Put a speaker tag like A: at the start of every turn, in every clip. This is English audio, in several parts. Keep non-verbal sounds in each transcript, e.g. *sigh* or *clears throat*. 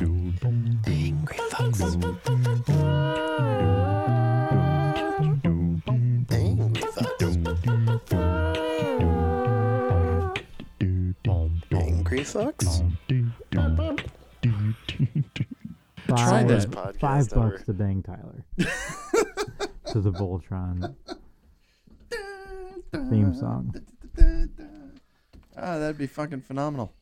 A: Angry Fox. Angry Angry Fox?
B: Try
A: Worst
B: that.
A: podcast
C: Five
A: ever.
C: bucks to
D: *laughs*
C: bang Tyler to the Voltron theme song.
D: Ah, that'd be fucking phenomenal.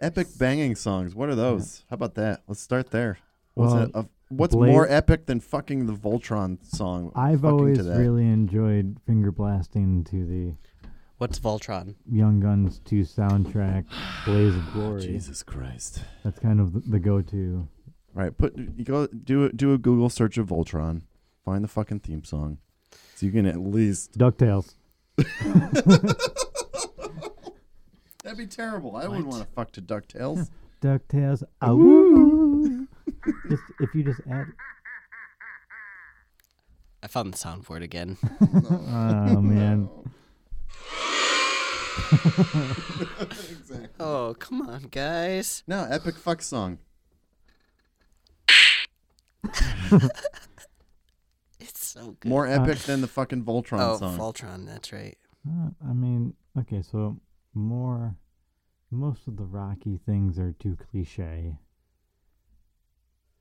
D: Epic banging songs. What are those? How about that? Let's start there. What's,
C: Well,
D: it- of- what's
C: Blaze-
D: more epic than fucking the Voltron song?
C: I've
D: Fucking to
C: always
D: that.
C: really enjoyed finger blasting to the
A: What's Voltron?
C: Young Guns 2 soundtrack,
D: *sighs*
C: Blaze of Glory.
D: Jesus Christ.
C: That's kind of the, the go-to.
D: All right, put you go do a, do a Google search of Voltron, find the fucking theme song, so you can at least.
C: Ducktales.
D: That'd be terrible. I wouldn't want to fuck to Ducktales.
C: Ducktales. Awoo. just if you just add.
A: I found the sound for it again.
C: Oh man.
A: *laughs* oh, come on, guys.
D: *laughs* no, epic fuck song.
A: It's so good.
D: More epic than the fucking Voltron
A: oh,
D: song.
A: Voltron, that's right.
C: Uh, I mean, okay, so more. Most of the Rocky things are too cliche.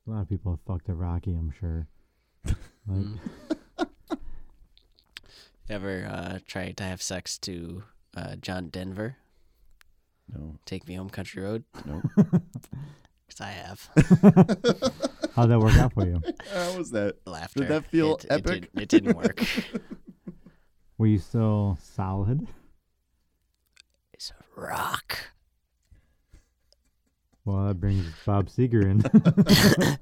C: A lot of people have fucked at Rocky, I'm
D: *laughs*
C: sure. Like,
D: Mm-hmm.
A: Mm. Ever uh, tried to have sex to uh, John Denver?
D: no,
A: Take me home, country road?
D: no.
A: 'Cause I have.
C: *laughs* how'd that work out for you?
D: How was that?
A: Laughter.
D: that feel
A: It-
D: epic?
A: It, did,
D: *laughs*
A: not work.
C: Were you still solid?
A: it's a rock.
C: Well, that brings Bob Seger
D: *laughs*
C: in.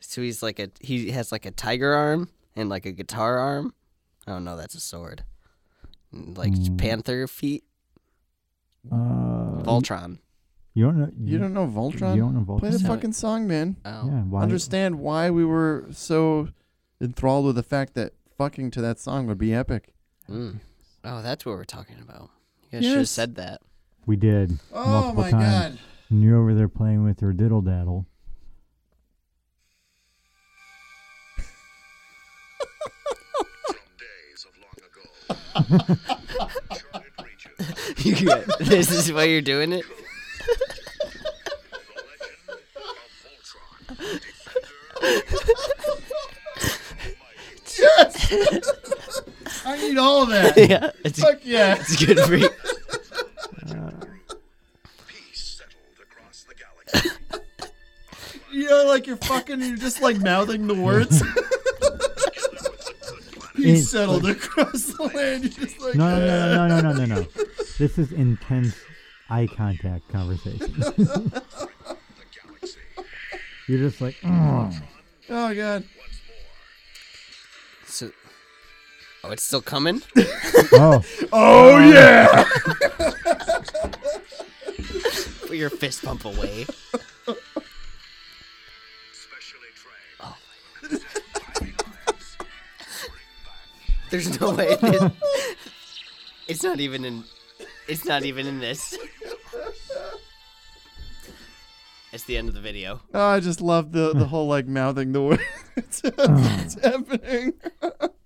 A: So he's like a he has like a tiger arm and like a guitar arm. Oh no, that's a sword. And like
D: Mm.
A: panther feet.
C: uh,
A: Voltron.
C: you don't know.
D: You don't know Voltron?
C: You don't know
D: Play the
C: Voltron?
A: No.
D: fucking song, man.
A: Oh,
C: Yeah, why?
D: Understand why we were so enthralled with the fact that fucking to that song would be epic.
A: Mm. oh, that's what we're talking about. You guys should have
D: Yes.
A: said
D: *laughs*
A: that. *laughs*
C: We did. multiple times. And you're over there playing with your diddle daddle.
A: You guys- this is why you're doing it.
D: *laughs* I need all that.
A: *laughs* yeah, it's,
D: Fuck yeah.
A: it's good for you.
D: You know, like you're fucking, you're just like mouthing the
C: *laughs*
D: words. *laughs* He
C: It's
D: settled across the land. You're just like,
C: No, no, no, no, no, no, no, no. This is intense eye contact conversation. You're just like, "Ugh."
D: oh god.
A: So, oh, it's still coming.
C: oh,
D: Oh yeah.
A: Put your fist pump away. Oh. There's no way. It, it's not even in. It's not even in this. It's the end of the video.
D: Oh, I just love the the whole like mouthing the words. *laughs* it's, it's happening. *laughs*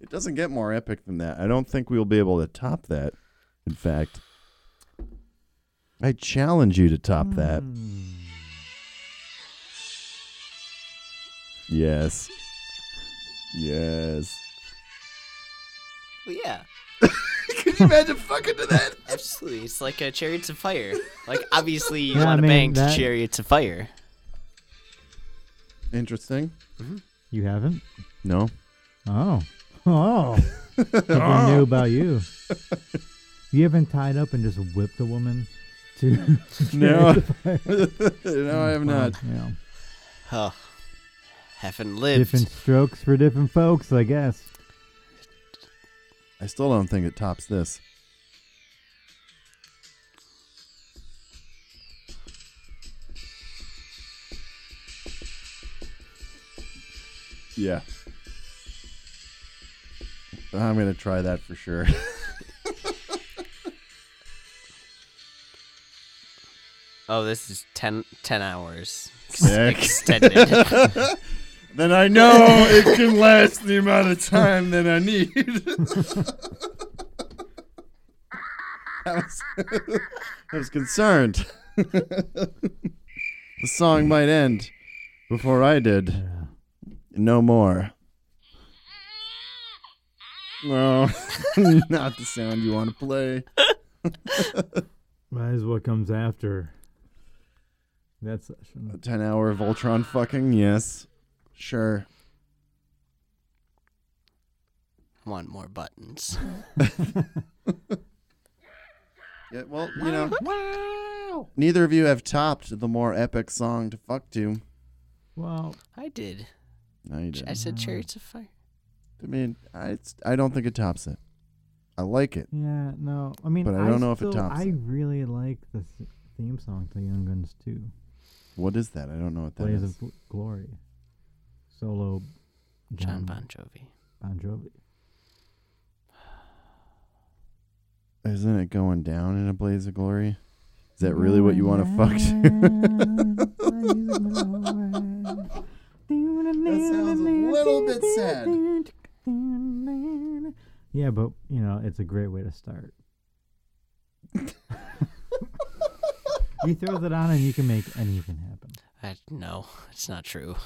D: it doesn't get more epic than that. I don't think we'll be able to top that. In fact, I challenge you to top that. Yes. Yes.
A: Well, yeah,
D: Can you imagine fucking to that?
A: absolutely. It's like a Chariots of Fire. Like obviously you
C: Yeah, I
A: want to
C: mean,
A: bang
C: that-
A: to Chariots of Fire.
D: Interesting.
C: you haven't?
D: No.
C: Oh, oh. Something new about you. You haven't tied up and just whipped a woman to.
D: No. *laughs* no, I have not.
C: Yeah.
A: Huh. Haven't lived.
C: Different strokes for different folks, I guess.
D: I still don't think it tops this. Yeah. I'm gonna try that for sure. *laughs*
A: Oh, this is 10, 10 hours
D: Yeah.
A: extended.
D: then I know it can last the amount of time that I *laughs* need. I, was, *laughs* I was concerned. *laughs* the song might end before I did.
C: Yeah.
D: No more. No, *laughs* not the sound you want to play.
C: That is what comes after that session.
D: A 10 hour Voltron fucking? Yes. Sure.
A: I want more buttons.
D: Yeah, well, you know. Neither of you have topped the more epic song to fuck to.
C: Well,
A: I did.
D: No, you
A: I
D: didn't.
A: said chariots of fire.
D: I mean, I, it's, I don't think it tops it. I like it.
C: yeah, no. I mean,
D: But I don't know if it
C: still-
D: tops
C: I
D: it.
C: really like the th- theme song to Young Guns too.
D: What is that? I don't know what that
C: Blaze
D: is.
C: of Gl- Glory, solo.
A: John Bon Jovi.
C: Bon Jovi.
D: Isn't it going down in a blaze of glory? Is that really what you want to fuck to? *laughs*
C: that
D: sounds a little bit sad.
C: Yeah, but you know, it's a great way to start. you throw that on and you can make anything happen.
A: I, no, it's not true.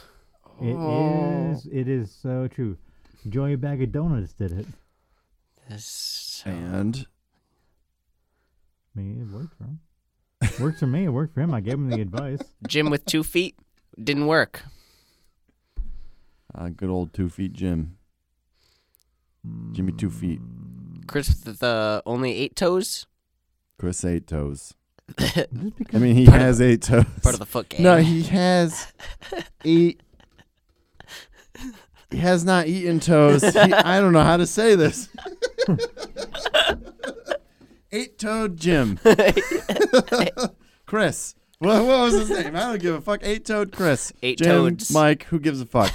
C: It is.
D: Oh.
C: it is so true. Joey Bag of Donuts did it.
A: This,
C: *laughs*
A: uh,
D: And
C: I mean, it worked for him. worked for me. It worked for him. I gave him the advice.
A: Jim with two feet didn't work.
D: uh, good old Two Feet Jim. Jimmy Two Feet.
A: Chris with the only eight toes. *laughs*
D: Chris Eight Toes.
C: Just because
D: I mean, he
A: Part of
D: has eight toes.
A: Part of the foot game.
D: No, he *laughs* has eat. He has not eaten toes. He- I don't know how to say *laughs* this. Eight-toed *laughs* Jim. Chris. What, what was his name? I don't give a fuck. Eight-toed Chris.
A: Eight
D: Jim,
A: toads.
D: Mike. Who gives a *laughs* fuck?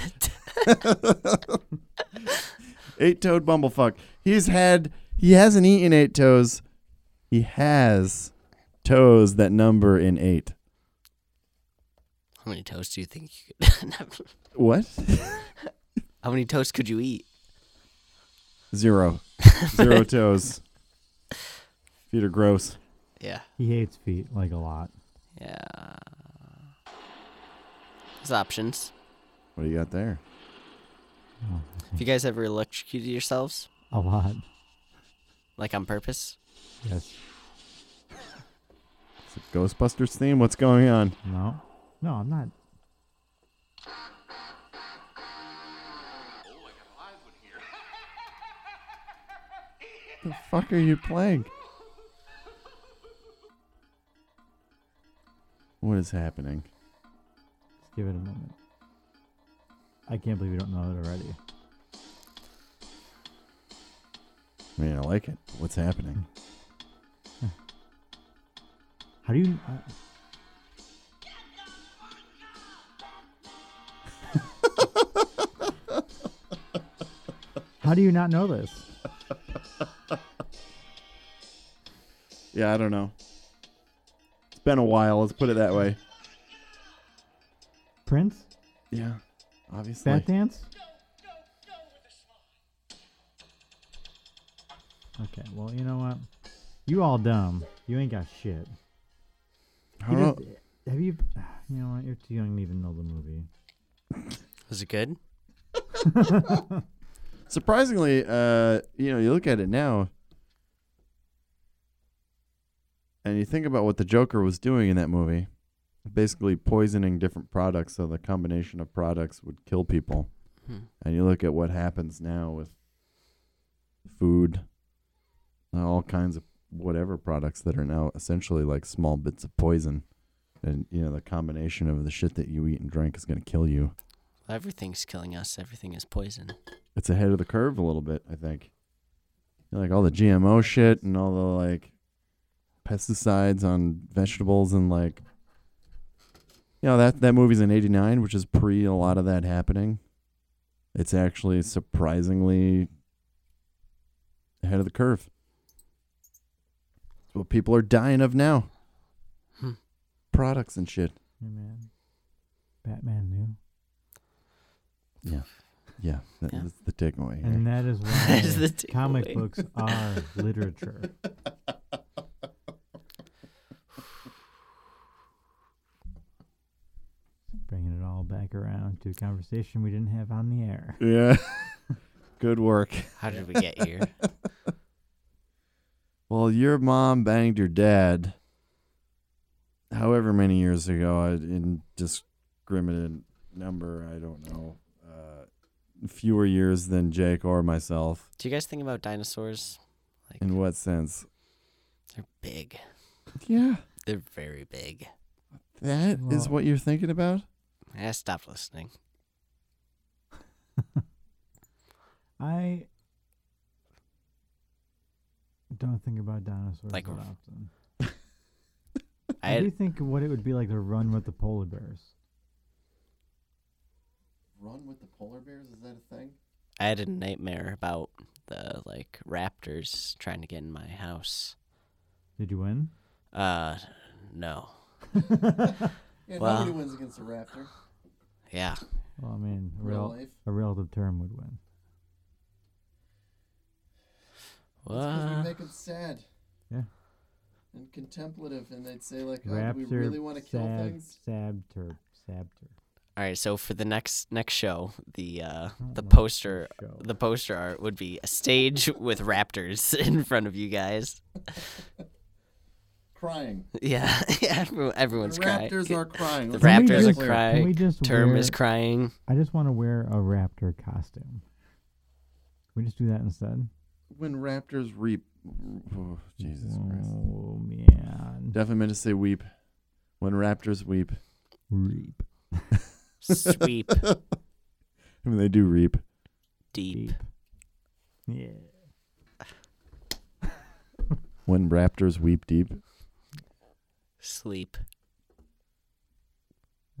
D: Eight-toed bumblefuck. He's had. He hasn't eaten eight toes. He has toes that number in eight.
A: How many toes do you think you could? *laughs*
D: What?
A: How many toes could you eat?
D: Zero. Zero toes. Feet are gross.
A: Yeah.
C: he hates feet like a lot.
A: Yeah. There's options.
D: What do you got there?
C: Oh,
A: If you guys ever electrocuted yourselves,
C: a lot.
A: like on purpose,
C: Yes.
D: It's a Ghostbusters theme? What's going on?
C: No. No, I'm not.
D: The fuck are you playing? What is happening?
C: Just give it a moment. I can't believe you don't know it already.
D: I mean, I like it. What's happening?
C: How do you? Uh, *laughs* How do you not know this?
D: Yeah, I don't know. It's been a while. Let's put it that way.
C: Prince?
D: Yeah, obviously.
C: Bat dance? Okay, well, you know what? You all dumb. You ain't got shit.
D: I
C: You
D: don't know.
C: just- have you? You know what? You're too young to even know the
A: *laughs*
C: movie.
A: was it good?
D: Surprisingly, uh, you know, you look at it now, and you think about what the Joker was doing in that movie, basically poisoning different products, so the combination of products would kill people.
A: Hmm.
D: And you look at what happens now with food, and all kinds of whatever products that are now essentially like small bits of poison. And you know the combination of the shit that you eat and drink is going to kill you.
A: Everything's killing us. Everything is poison. *laughs*
D: it's ahead of the curve a little bit, I think. You know, Like all the GMO shit and all the like pesticides on vegetables and like you know that that movie's in 89, which is pre a lot of that happening. It's actually surprisingly ahead of the curve. It's what people are dying of now.
A: Hmm.
D: Products and shit.
C: Hey, man. Batman knew.
D: Yeah, that-
A: Yeah.
D: that's the takeaway. here.
C: And that is why
A: *laughs* That is the
C: comic
A: takeaway.
C: books are literature.
A: *laughs*
C: Bringing it all back around to a conversation we didn't have on the air.
D: Yeah. Good work.
A: How did we get here? *laughs*
D: Well, your mom banged your dad however many years ago, I- in discriminate number, I don't know, uh, fewer years than Jake or myself.
A: Do you guys think about dinosaurs? Like
D: In what sense?
A: they're big.
D: Yeah.
A: They're very big.
D: that is
C: Well-
D: what you're thinking about?
A: I
C: *laughs*
A: stopped listening.
C: I don't think about dinosaurs
A: Like-
C: that often. I,
A: I
C: do think what it would be like to run with the polar bears.
D: Run with the polar bears? Is that a thing?
A: I had a nightmare about the like raptors trying to get in my house.
C: Did you win?
A: Uh, no.
D: Yeah,
A: Wow. nobody
D: wins against a raptor.
A: Yeah.
C: Well, I mean, a, rel-
D: life.
C: a relative term would win.
A: What?
D: them sad.
C: Yeah.
D: And contemplative, and they'd say like, "Oh,
C: Raptor, sab, Sabter, sabter.
A: All right. So for the next next show, the uh,
C: don't
A: the
C: know.
A: poster
C: Show.
A: the poster art would be a stage *laughs* with raptors *laughs* in front of you guys.
D: Crying.
A: Yeah. *laughs* Yeah. everyone- Everyone's crying.
D: are crying.
A: The
C: Can we
A: raptors
C: just- Can
A: are
C: we
A: crying.
C: just
A: Term
C: wear,
A: is crying.
C: I just want to wear a raptor costume. We just do that instead.
D: When raptors reap, oh, Jesus Christ!
C: Oh man.
D: Definitely meant to say weep. When raptors *laughs* weep,
C: Reap *laughs*
A: Sweep
D: I mean they do reap.
A: deep.
C: deep. Yeah.
D: When raptors weep deep,
A: Sleep.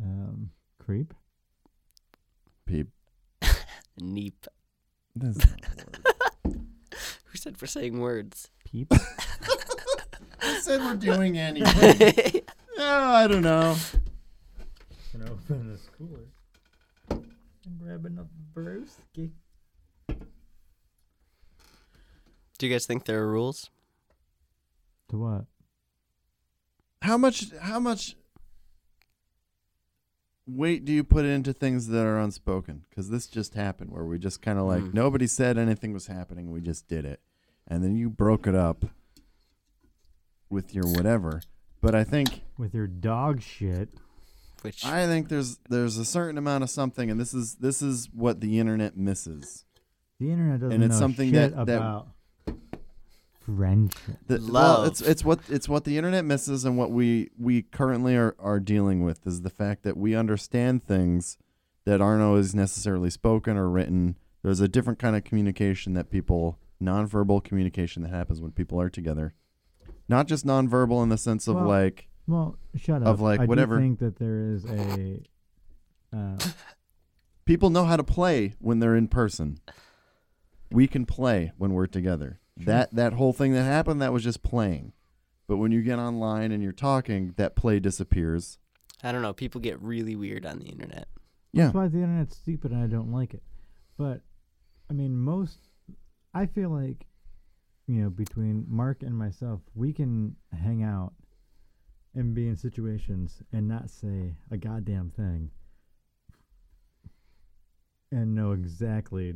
C: Um, creep.
D: peep.
A: Neep.
D: That's not a word.
A: Who said for saying words?
C: Peep.
D: I said we're doing anything. oh, I don't know.
C: Gonna open this cooler and grab another brewski.
A: *laughs* Do you guys think there are rules?
C: To what?
D: How much? How much? Weight do you put into things that are unspoken? Because this just happened, where we just kind of like
A: Mm.
D: nobody said anything was happening. We just did it, and then you broke it up with your whatever. But I think
C: With your dog shit.
A: Which
D: I think there's there's a certain amount of something, and this is this is what the internet misses.
C: The internet doesn't
D: And it's
C: know
D: something
C: shit
D: that- that-
C: about friendship.
D: The,
A: Love.
D: Well, it's it's what it's what the internet misses, and what we we currently are are dealing with is the fact that we understand things that aren't always necessarily spoken or written. There's a different kind of communication that people nonverbal communication that happens when people are together, not just nonverbal in the sense of
C: Well,
D: like
C: Well, shut up.
D: Of, like,
C: I
D: whatever.
C: do think that there is a. Uh,
D: people know how to play when they're in person. We can play when we're together. That that whole thing that happened that was just playing. But when you get online and you're talking, that play disappears.
A: I don't know. People get really weird on the internet.
D: Yeah.
C: That's why the internet's stupid and I don't like it. But I mean, most I feel like you know between Mark and myself, we can hang out and be in situations and not say a goddamn thing and know exactly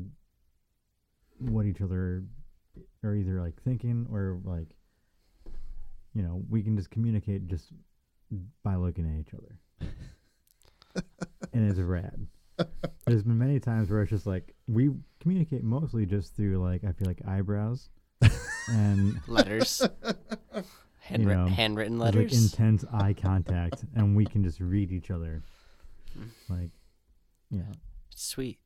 C: what each other are either like thinking or like you know we can just communicate just by looking at each other and it's rad. There's been many times where it's just like we communicate mostly just through like I feel like eyebrows and
D: *laughs*
A: Letters. Handwri-
C: know,
A: handwritten
C: there's, like
A: letters.
C: intense eye contact, and we can just read each other. Like, yeah,
A: Sweet.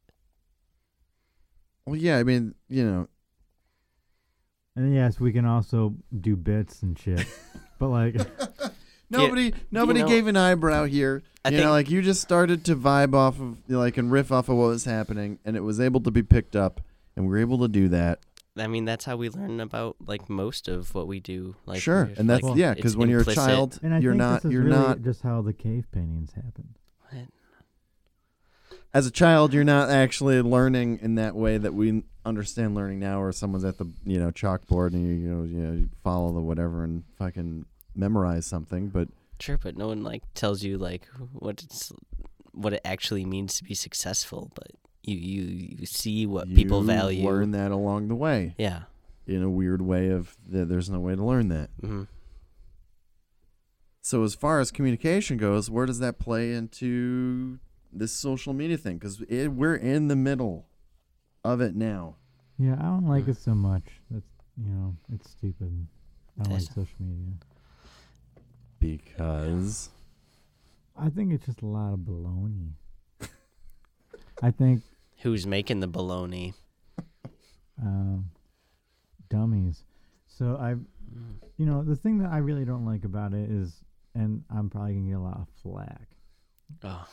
D: Well, yeah, I mean, you know,
C: and yes, we can also do bits and shit, but like
D: nobody nobody
A: know-
D: gave an eyebrow here.
A: I
D: you
A: think-
D: know, like you just started to vibe off of you know, like and riff off of what was happening, and it was able to be picked up, and we were able to do that.
A: I mean, that's how we learn about like most of what we do. Like
D: sure,
A: there's,
D: and that's
A: like,
D: yeah,
A: it's
D: because when you're a
A: implicit.
D: child,
C: And I
D: you're
C: think
D: not
C: this is
D: you're
C: really
D: not
C: just how the cave paintings happened.
A: What?
D: as a child you're not actually learning in that way that we understand learning now where someone's at the you know chalkboard and you you know you, know, you follow the whatever and fucking memorize something but
A: Sure, but no one like tells you like what it's what it actually means to be successful. But you you, you see what people
D: you
A: value.
D: learn that along the way
A: Yeah.
D: in a weird way of th- there's no way to learn that
A: hmm
D: so as far as communication goes where does that play into this social media thing because we're in the middle of it now
C: Yeah, I don't like
A: Mm.
C: it so much. That's you know, it's stupid. I don't like
A: Yes.
C: social media.
D: because
C: I think it's just a lot of baloney. *laughs* I think
A: Who's making the baloney?
C: um, dummies. So I, you know, the thing that I really don't like about it is, and I'm probably gonna get a lot of flack.
A: Oh,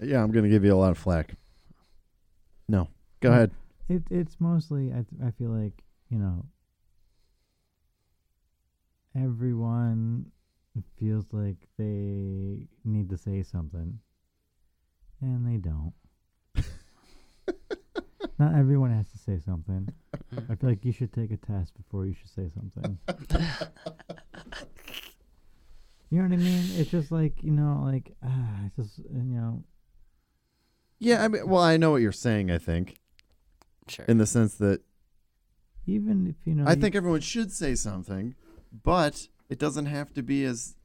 D: yeah i'm gonna give you a lot of flack no go ahead
C: It it's mostly I th- I feel like you know everyone feels like they need to say something, and they don't. Not everyone has to say something. I feel like you should take a test before you should say something. you know what I mean? It's just like you know, like ah, it's just you know,
D: Yeah, I mean, well, I know what you're saying. I think
A: sure.
D: in the sense that
C: even if you know,
D: I
C: you-
D: think everyone should say something, but it doesn't have to be as,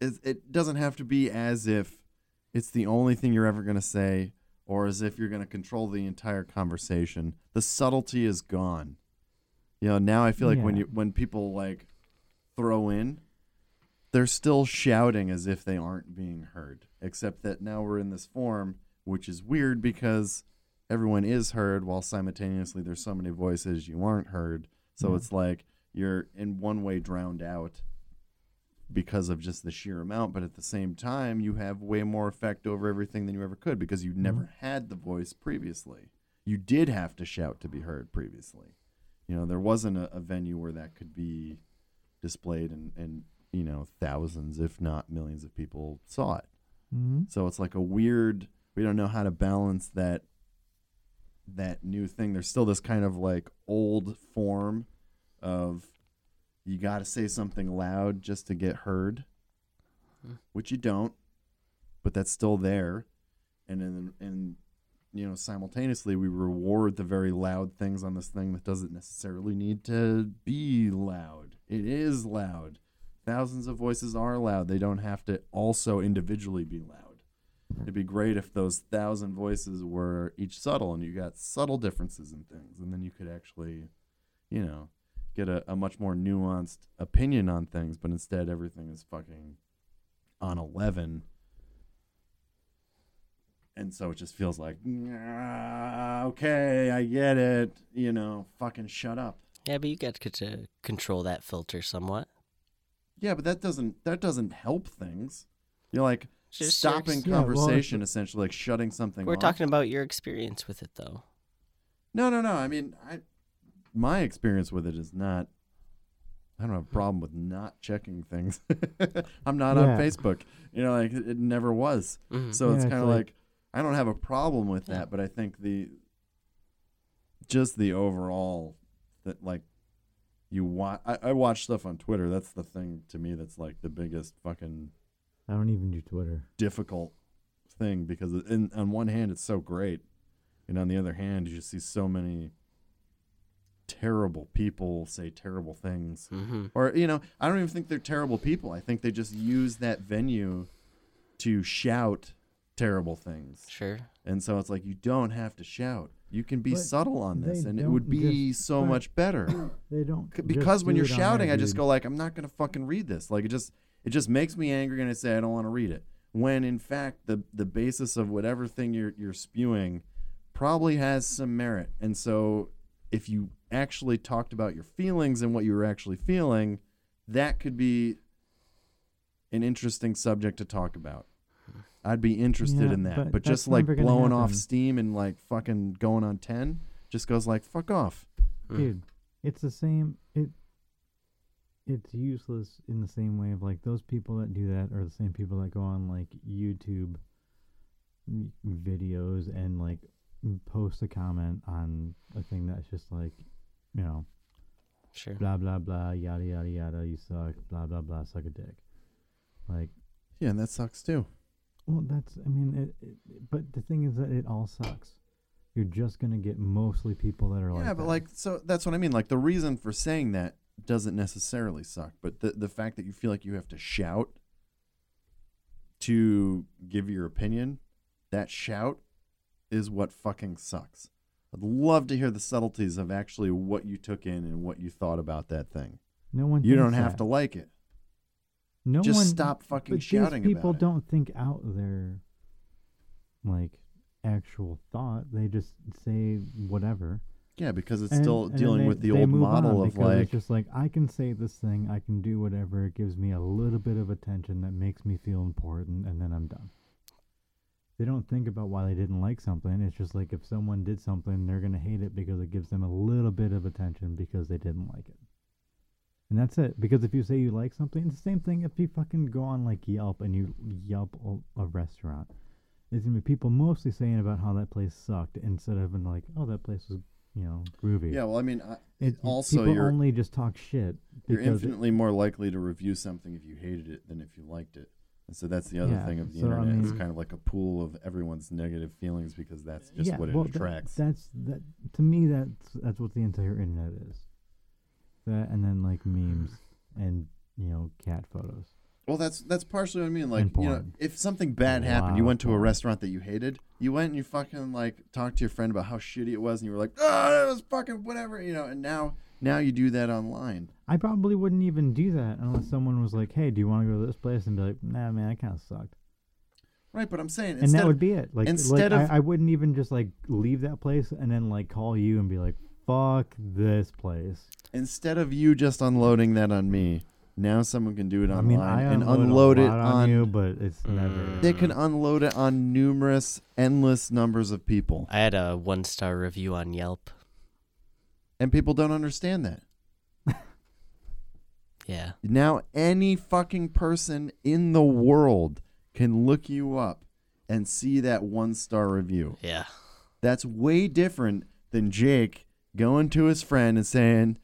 D: as it doesn't have to be as if it's the only thing you're ever going to say, or as if you're going to control the entire conversation. The subtlety is gone. You know, now I feel like when
C: Yeah.
D: you when people like throw in, they're still shouting as if they aren't being heard. Except that now we're in this form, which is weird because everyone is heard while simultaneously there's so many voices you aren't heard. So
C: Yeah.
D: it's like you're in one way drowned out because of just the sheer amount, but at the same time you have way more effect over everything than you ever could because you never had the voice previously. You did have to shout to be heard previously. You know, there wasn't a, a venue where that could be displayed and, and you know, thousands, if not millions of people saw it.
C: Mhm.
D: So it's like a weird. We don't know how to balance that that new thing. There's still this kind of like old form of you got to say something loud just to get heard, which you don't, but that's still there. And then and you know simultaneously we reward the very loud things on this thing that doesn't necessarily need to be loud. It is loud. Thousands of voices are loud. They don't have to also individually be loud. It'd be great if those thousand voices were each subtle and you got subtle differences in things. And then you could actually, you know, get a, a much more nuanced opinion on things. But instead, everything is fucking on 11. And so it just feels like, "Nah, okay, I get it. You know, fucking shut up.
A: Yeah, but you got to c- control that filter somewhat.
D: Yeah, but that doesn't that doesn't help things. You're like
A: Just your
D: stopping
A: ex-
C: Yeah, well, it's-
D: conversation, essentially, like shutting something.
A: We're
D: off.
A: talking about your experience with it, though.
D: No, no, no. I mean, I my experience with it is not. I don't have a problem with not checking things. *laughs* I'm not on
C: Yeah.
D: Facebook. You know, like it, it never was.
A: Mhm.
D: So it's
C: Yeah, it's
D: kind of
C: like-
D: like I don't have a problem with
A: Yeah.
D: that, but I think the just the overall that like you watch. I, I watch stuff on Twitter. That's the thing to me. That's like the biggest fucking
C: I don't even do Twitter.
D: difficult thing because in, on one hand it's so great and on the other hand you just see so many terrible people say terrible things
A: Mhm.
D: or you know i don't even think they're terrible people i think they just use that venue to shout terrible things
A: Sure.
D: and so it's like you don't have to shout you can be
C: But
D: subtle on this
C: they
D: and it
C: don't
D: would be
C: just-
D: so
C: but-
D: much
C: *clears throat*
D: better
C: They don't
D: C-
C: just
D: because when
C: do
D: you're
C: it on
D: shouting,
C: there,
D: I just
C: dude.
D: go like, I'm not gonna fucking read this. Like it just it just makes me angry, and I say I don't want to read it. When in fact the the basis of whatever thing you're you're spewing probably has some merit, and so if you actually talked about your feelings and what you were actually feeling, that could be an interesting subject to talk about. I'd be interested
C: Yeah,
D: in that, but,
C: but
D: just
C: that's
D: like
C: never gonna
D: blowing off
C: happen.
D: steam and like fucking going on ten, just goes like fuck off.
A: Mm.
C: dude it's the same it it's useless in the same way of like those people that do that are the same people that go on like youtube n- videos and like m- post a comment on a thing that's just like you know
A: Sure.
C: blah blah blah yada yada yada you suck blah blah blah suck a dick like
D: Yeah, and that sucks too.
C: well, that's, I mean, it, it, it- but the thing is that it all sucks. You're just going to get mostly people that are like,
D: yeah, but
C: that.
D: like, so that's what I mean. Like, the reason for saying that doesn't necessarily suck, but the the fact that you feel like you have to shout to give your opinion, that shout is what fucking sucks. I'd love to hear the subtleties of actually what you took in and what you thought about that thing.
C: no one,
D: You don't
C: thinks
D: have
C: that.
D: to like it.
C: no
D: just
C: one,
D: stop fucking
C: but
D: shouting
C: these people
D: about it.
C: don't think out their like actual thought. They just say whatever.
D: Yeah, because it's
C: And-
D: still
C: and
D: dealing
C: they-
D: with the
C: they
D: old
C: move
D: model
C: on
D: of
C: because
D: like,
C: it's just like I can say this thing, I can do whatever. It gives me a little bit of attention that makes me feel important, and then I'm done. They don't think about why they didn't like something. It's just like if someone did something, they're gonna hate it because it gives them a little bit of attention because they didn't like it. And that's it. Because if you say you like something, it's the same thing. If you fucking go on like Yelp and you Yelp a, a restaurant, there's gonna be people mostly saying about how that place sucked instead of being like, oh, that place was, you know, groovy.
D: yeah. Well, I mean, I,
C: It,
D: also
C: people
D: you're
C: only just talk shit.
D: you're
C: because it-
D: infinitely more likely to review something if you hated it than if you liked it. And so that's the other
C: Yeah,
D: thing of the
C: so, I
D: internet. it's
A: mean-
D: kind of like a pool of everyone's negative feelings because that's just
C: yeah,
D: what it
C: well, that-
D: attracts.
C: that's that to me. That's that's what the entire internet is. That and then like memes and you know cat photos.
D: well, that's that's partially what I mean. Like,
C: And
D: you know,
C: porn.
D: if something bad
C: A
D: happened,
C: lot
D: you
C: of
D: went to a
C: porn.
D: restaurant that you hated, you went and you fucking like talked to your friend about how shitty it was, and you were like, "Oh, it was fucking whatever," you know. And now now you do that online.
C: I probably wouldn't even do that unless someone was like, "Hey, do you want to go to this place?" And be like, "Nah, man, I kind of sucked."
D: Right, but I'm saying
C: and
D: instead
C: that
D: of-
C: would be it. Like,
D: instead
C: like
D: of-
C: I, I wouldn't even just like leave that place and then like call you and be like, "Fuck this place."
D: instead of you just unloading that on me, now someone can do it
C: I
D: online
C: mean, I
D: and
C: unload,
D: unload
C: a
D: it Mm.
C: lot on you, but it's never.
D: They can unload it on numerous, endless numbers of people,
A: I had a one star review on Yelp.
D: and people don't understand that.
A: Yeah.
D: Now, any fucking person in the world can look you up and see that one star review.
A: Yeah.
D: That's way different than Jake going to his friend and saying,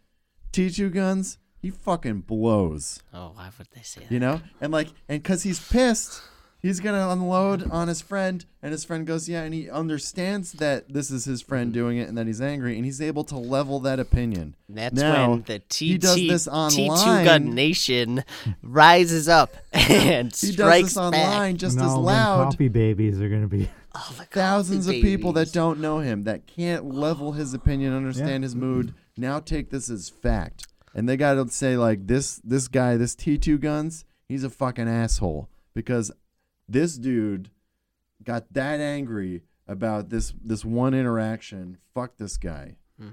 D: "T2 Guns, he fucking blows."
A: Oh, why would they say that?
D: you know and like and because he's pissed he's gonna unload on his friend and his friend goes yeah and he understands that this is his friend
A: Mm-hmm.
D: doing it and that he's angry and he's able to level that opinion
A: That's
D: Now,
A: when the TT,
D: he does this
A: T2 Gun
D: online
A: Nation rises up and
D: *laughs* he does
A: strikes
D: this online
A: back.
D: just
C: and
D: as
C: all them
D: loud
C: Coffee babies are gonna be.
A: Oh, the
D: thousands of
A: coffee
D: people that
A: babies.
D: don't know him that can't level his opinion understand his mood now take this as fact and they gotta say like this this guy this t2 guns he's a fucking asshole because this dude got that angry about this this one interaction fuck this guy
A: Hmm.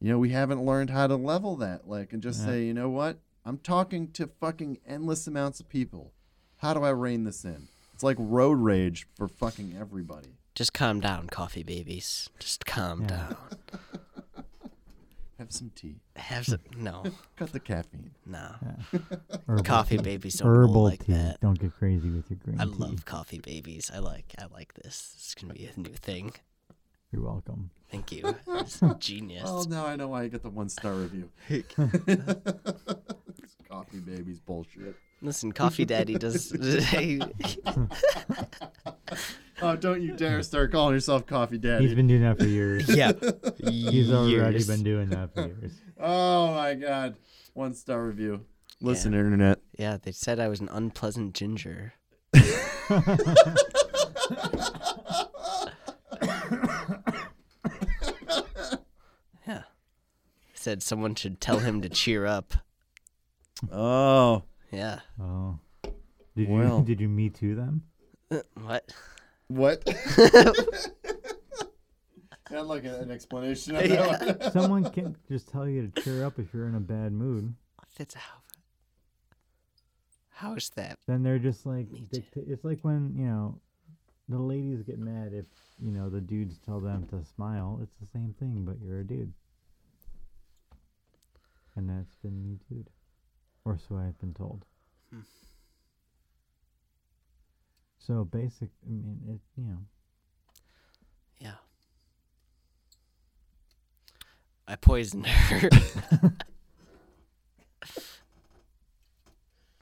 D: you know we haven't learned how to level that like and just
C: Yeah.
D: say you know what i'm talking to fucking endless amounts of people how do i rein this in it's like road rage for fucking everybody
A: Just calm down, coffee babies. Just calm
C: Yeah.
A: down.
D: Have some tea.
A: Have some. No,
D: Cut the caffeine.
C: *laughs*
A: no.
C: herbal
A: Coffee
C: tea.
A: babies don't roll
C: *laughs* herbal
A: like
C: tea.
A: that.
C: Don't get crazy with your green
A: I
C: tea.
A: love coffee babies. I like. I like this. It's gonna be a new thing.
C: You're welcome.
A: Thank you. It's
C: *laughs*
A: genius.
D: Oh, now I know why I get the one star *laughs* review. It's *laughs* coffee babies bullshit.
A: Listen, Coffee Daddy
C: *laughs*
A: does. *laughs*
D: Oh, don't you *laughs* dare start calling yourself Coffee
C: He's
D: Daddy.
C: been doing that for years.
D: *laughs*
A: *laughs* yeah.
C: He's already
A: Years.
C: been doing that for years.
D: Oh my god. One star review. Listen, internet.
A: Yeah, they said I was an unpleasant ginger. yeah. Said someone should tell him to cheer up.
D: Oh.
A: Yeah.
C: Oh. Did
D: Well.
C: you *laughs* did you me too them?
A: What?
D: What? *laughs* Sound like an explanation on that one.
C: Someone can just tell you to cheer up if you're in a bad mood.
A: That's how. How is that?
C: Then they're just like
A: Me too.
C: dicta- it's like when, you know, the ladies get mad if, you know, the dudes tell them to smile. It's the same thing, but you're a dude. and that's been me too, or so I've been told.
A: Hmm.
C: So basic, I mean, it you know,
A: Yeah. I poisoned her. *laughs*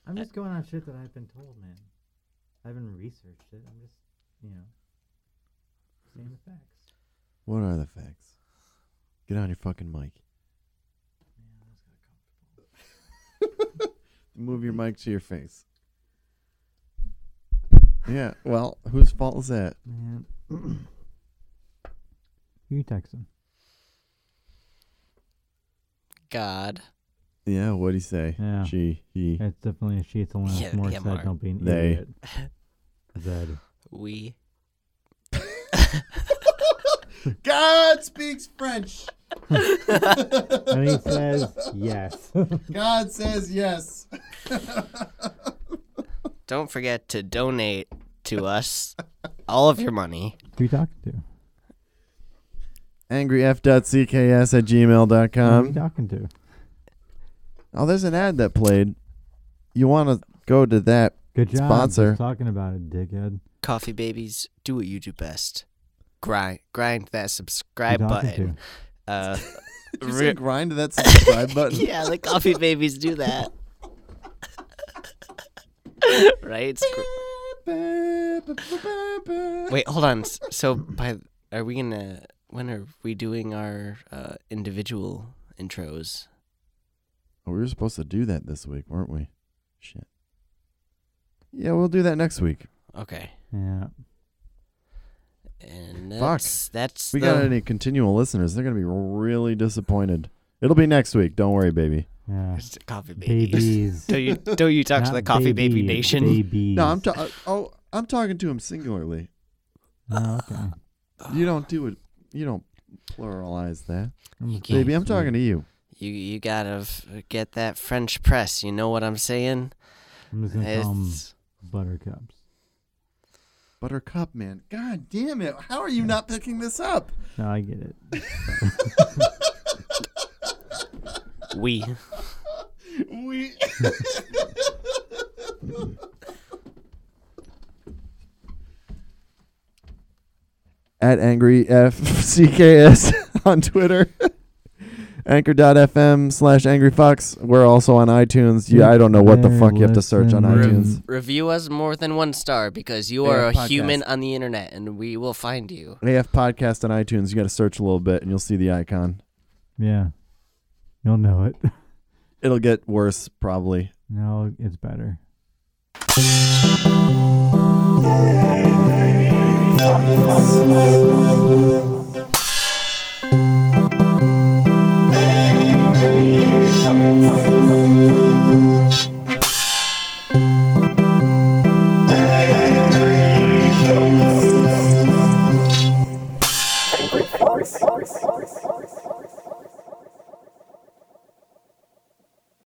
C: I'm just going on shit that I've been told, man. I haven't researched it. I'm just, you know, saying the facts.
D: What are the facts? Get on your fucking mic. *laughs* Move your mic to your face. *laughs* Yeah, well, whose fault is that?
C: Man, *clears throat* you texting?
A: God.
D: Yeah, what'd he say?
C: Yeah.
D: She, he.
C: It's definitely a she. It's the one that's
A: Yeah,
C: more
A: yeah,
C: said.
A: Mark.
C: Don't be an
D: They.
C: idiot. Zed.
A: We.
D: *laughs* God speaks French.
C: And he says
A: *laughs*
C: yes.
D: God says yes.
A: Don't forget to donate to us all of your money.
C: Who you talking to? Who
D: AngryF.cks at
C: are you
D: gmail.com.
C: talking to?
D: Oh, there's an ad that played. You want to go to that.
C: Good job.
D: Sponsor.
C: Just talking about it, dickhead.
A: Coffee babies, do what you do best. Grind, grind that subscribe
C: Who you talking
A: button. Uh,
D: Did
A: you say Re-
D: grind that subscribe *laughs* button?
A: Uh, yeah, the coffee babies do that. right? It's gr- Wait, hold on. S- So, by are we gonna? When are we doing our uh, individual intros?
D: Oh, we were supposed to do that this week, weren't we? Shit. Yeah, we'll do that next week.
A: Okay,
C: to? Yeah.
A: and
D: Fuck.
A: that's that's
D: If we
A: the,
D: got any continual listeners, they're gonna be really disappointed. It'll be next week. Don't worry, baby.
C: Yeah.
A: It's the coffee babies.
C: Babies.
A: *laughs* Don't you don't you talk to
C: Not
A: the coffee baby,
C: baby,
A: nation?
C: Babies.
D: No, I'm ta- oh, I'm talking to him singularly.
C: Oh, okay.
D: You don't do it. You don't pluralize that,
C: I'm
A: You
C: just
A: can't-
D: baby. I'm
C: sweet.
D: talking to you.
A: You you gotta f- get that French press. You know what I'm saying?
C: I'm just gonna call 'em
A: It's,
C: buttercups.
D: Buttercup, man. God damn it! How are you not picking this up?
C: No, I get it.
A: we
D: We. At angry fcks *laughs* on Twitter, anchor.fm slash angry fox. We're also on iTunes. You, I don't know what the
C: There,
D: fuck you have to search on
C: listen.
D: iTunes.
A: review us more than one star because you are
D: Yeah,
A: a
D: podcast.
A: human on the internet, and we will find you.
D: AF podcast on iTunes. You got to search a little bit, and you'll see the icon.
C: Yeah. You'll know it. *laughs*
D: It'll get worse probably.
C: No, it's better.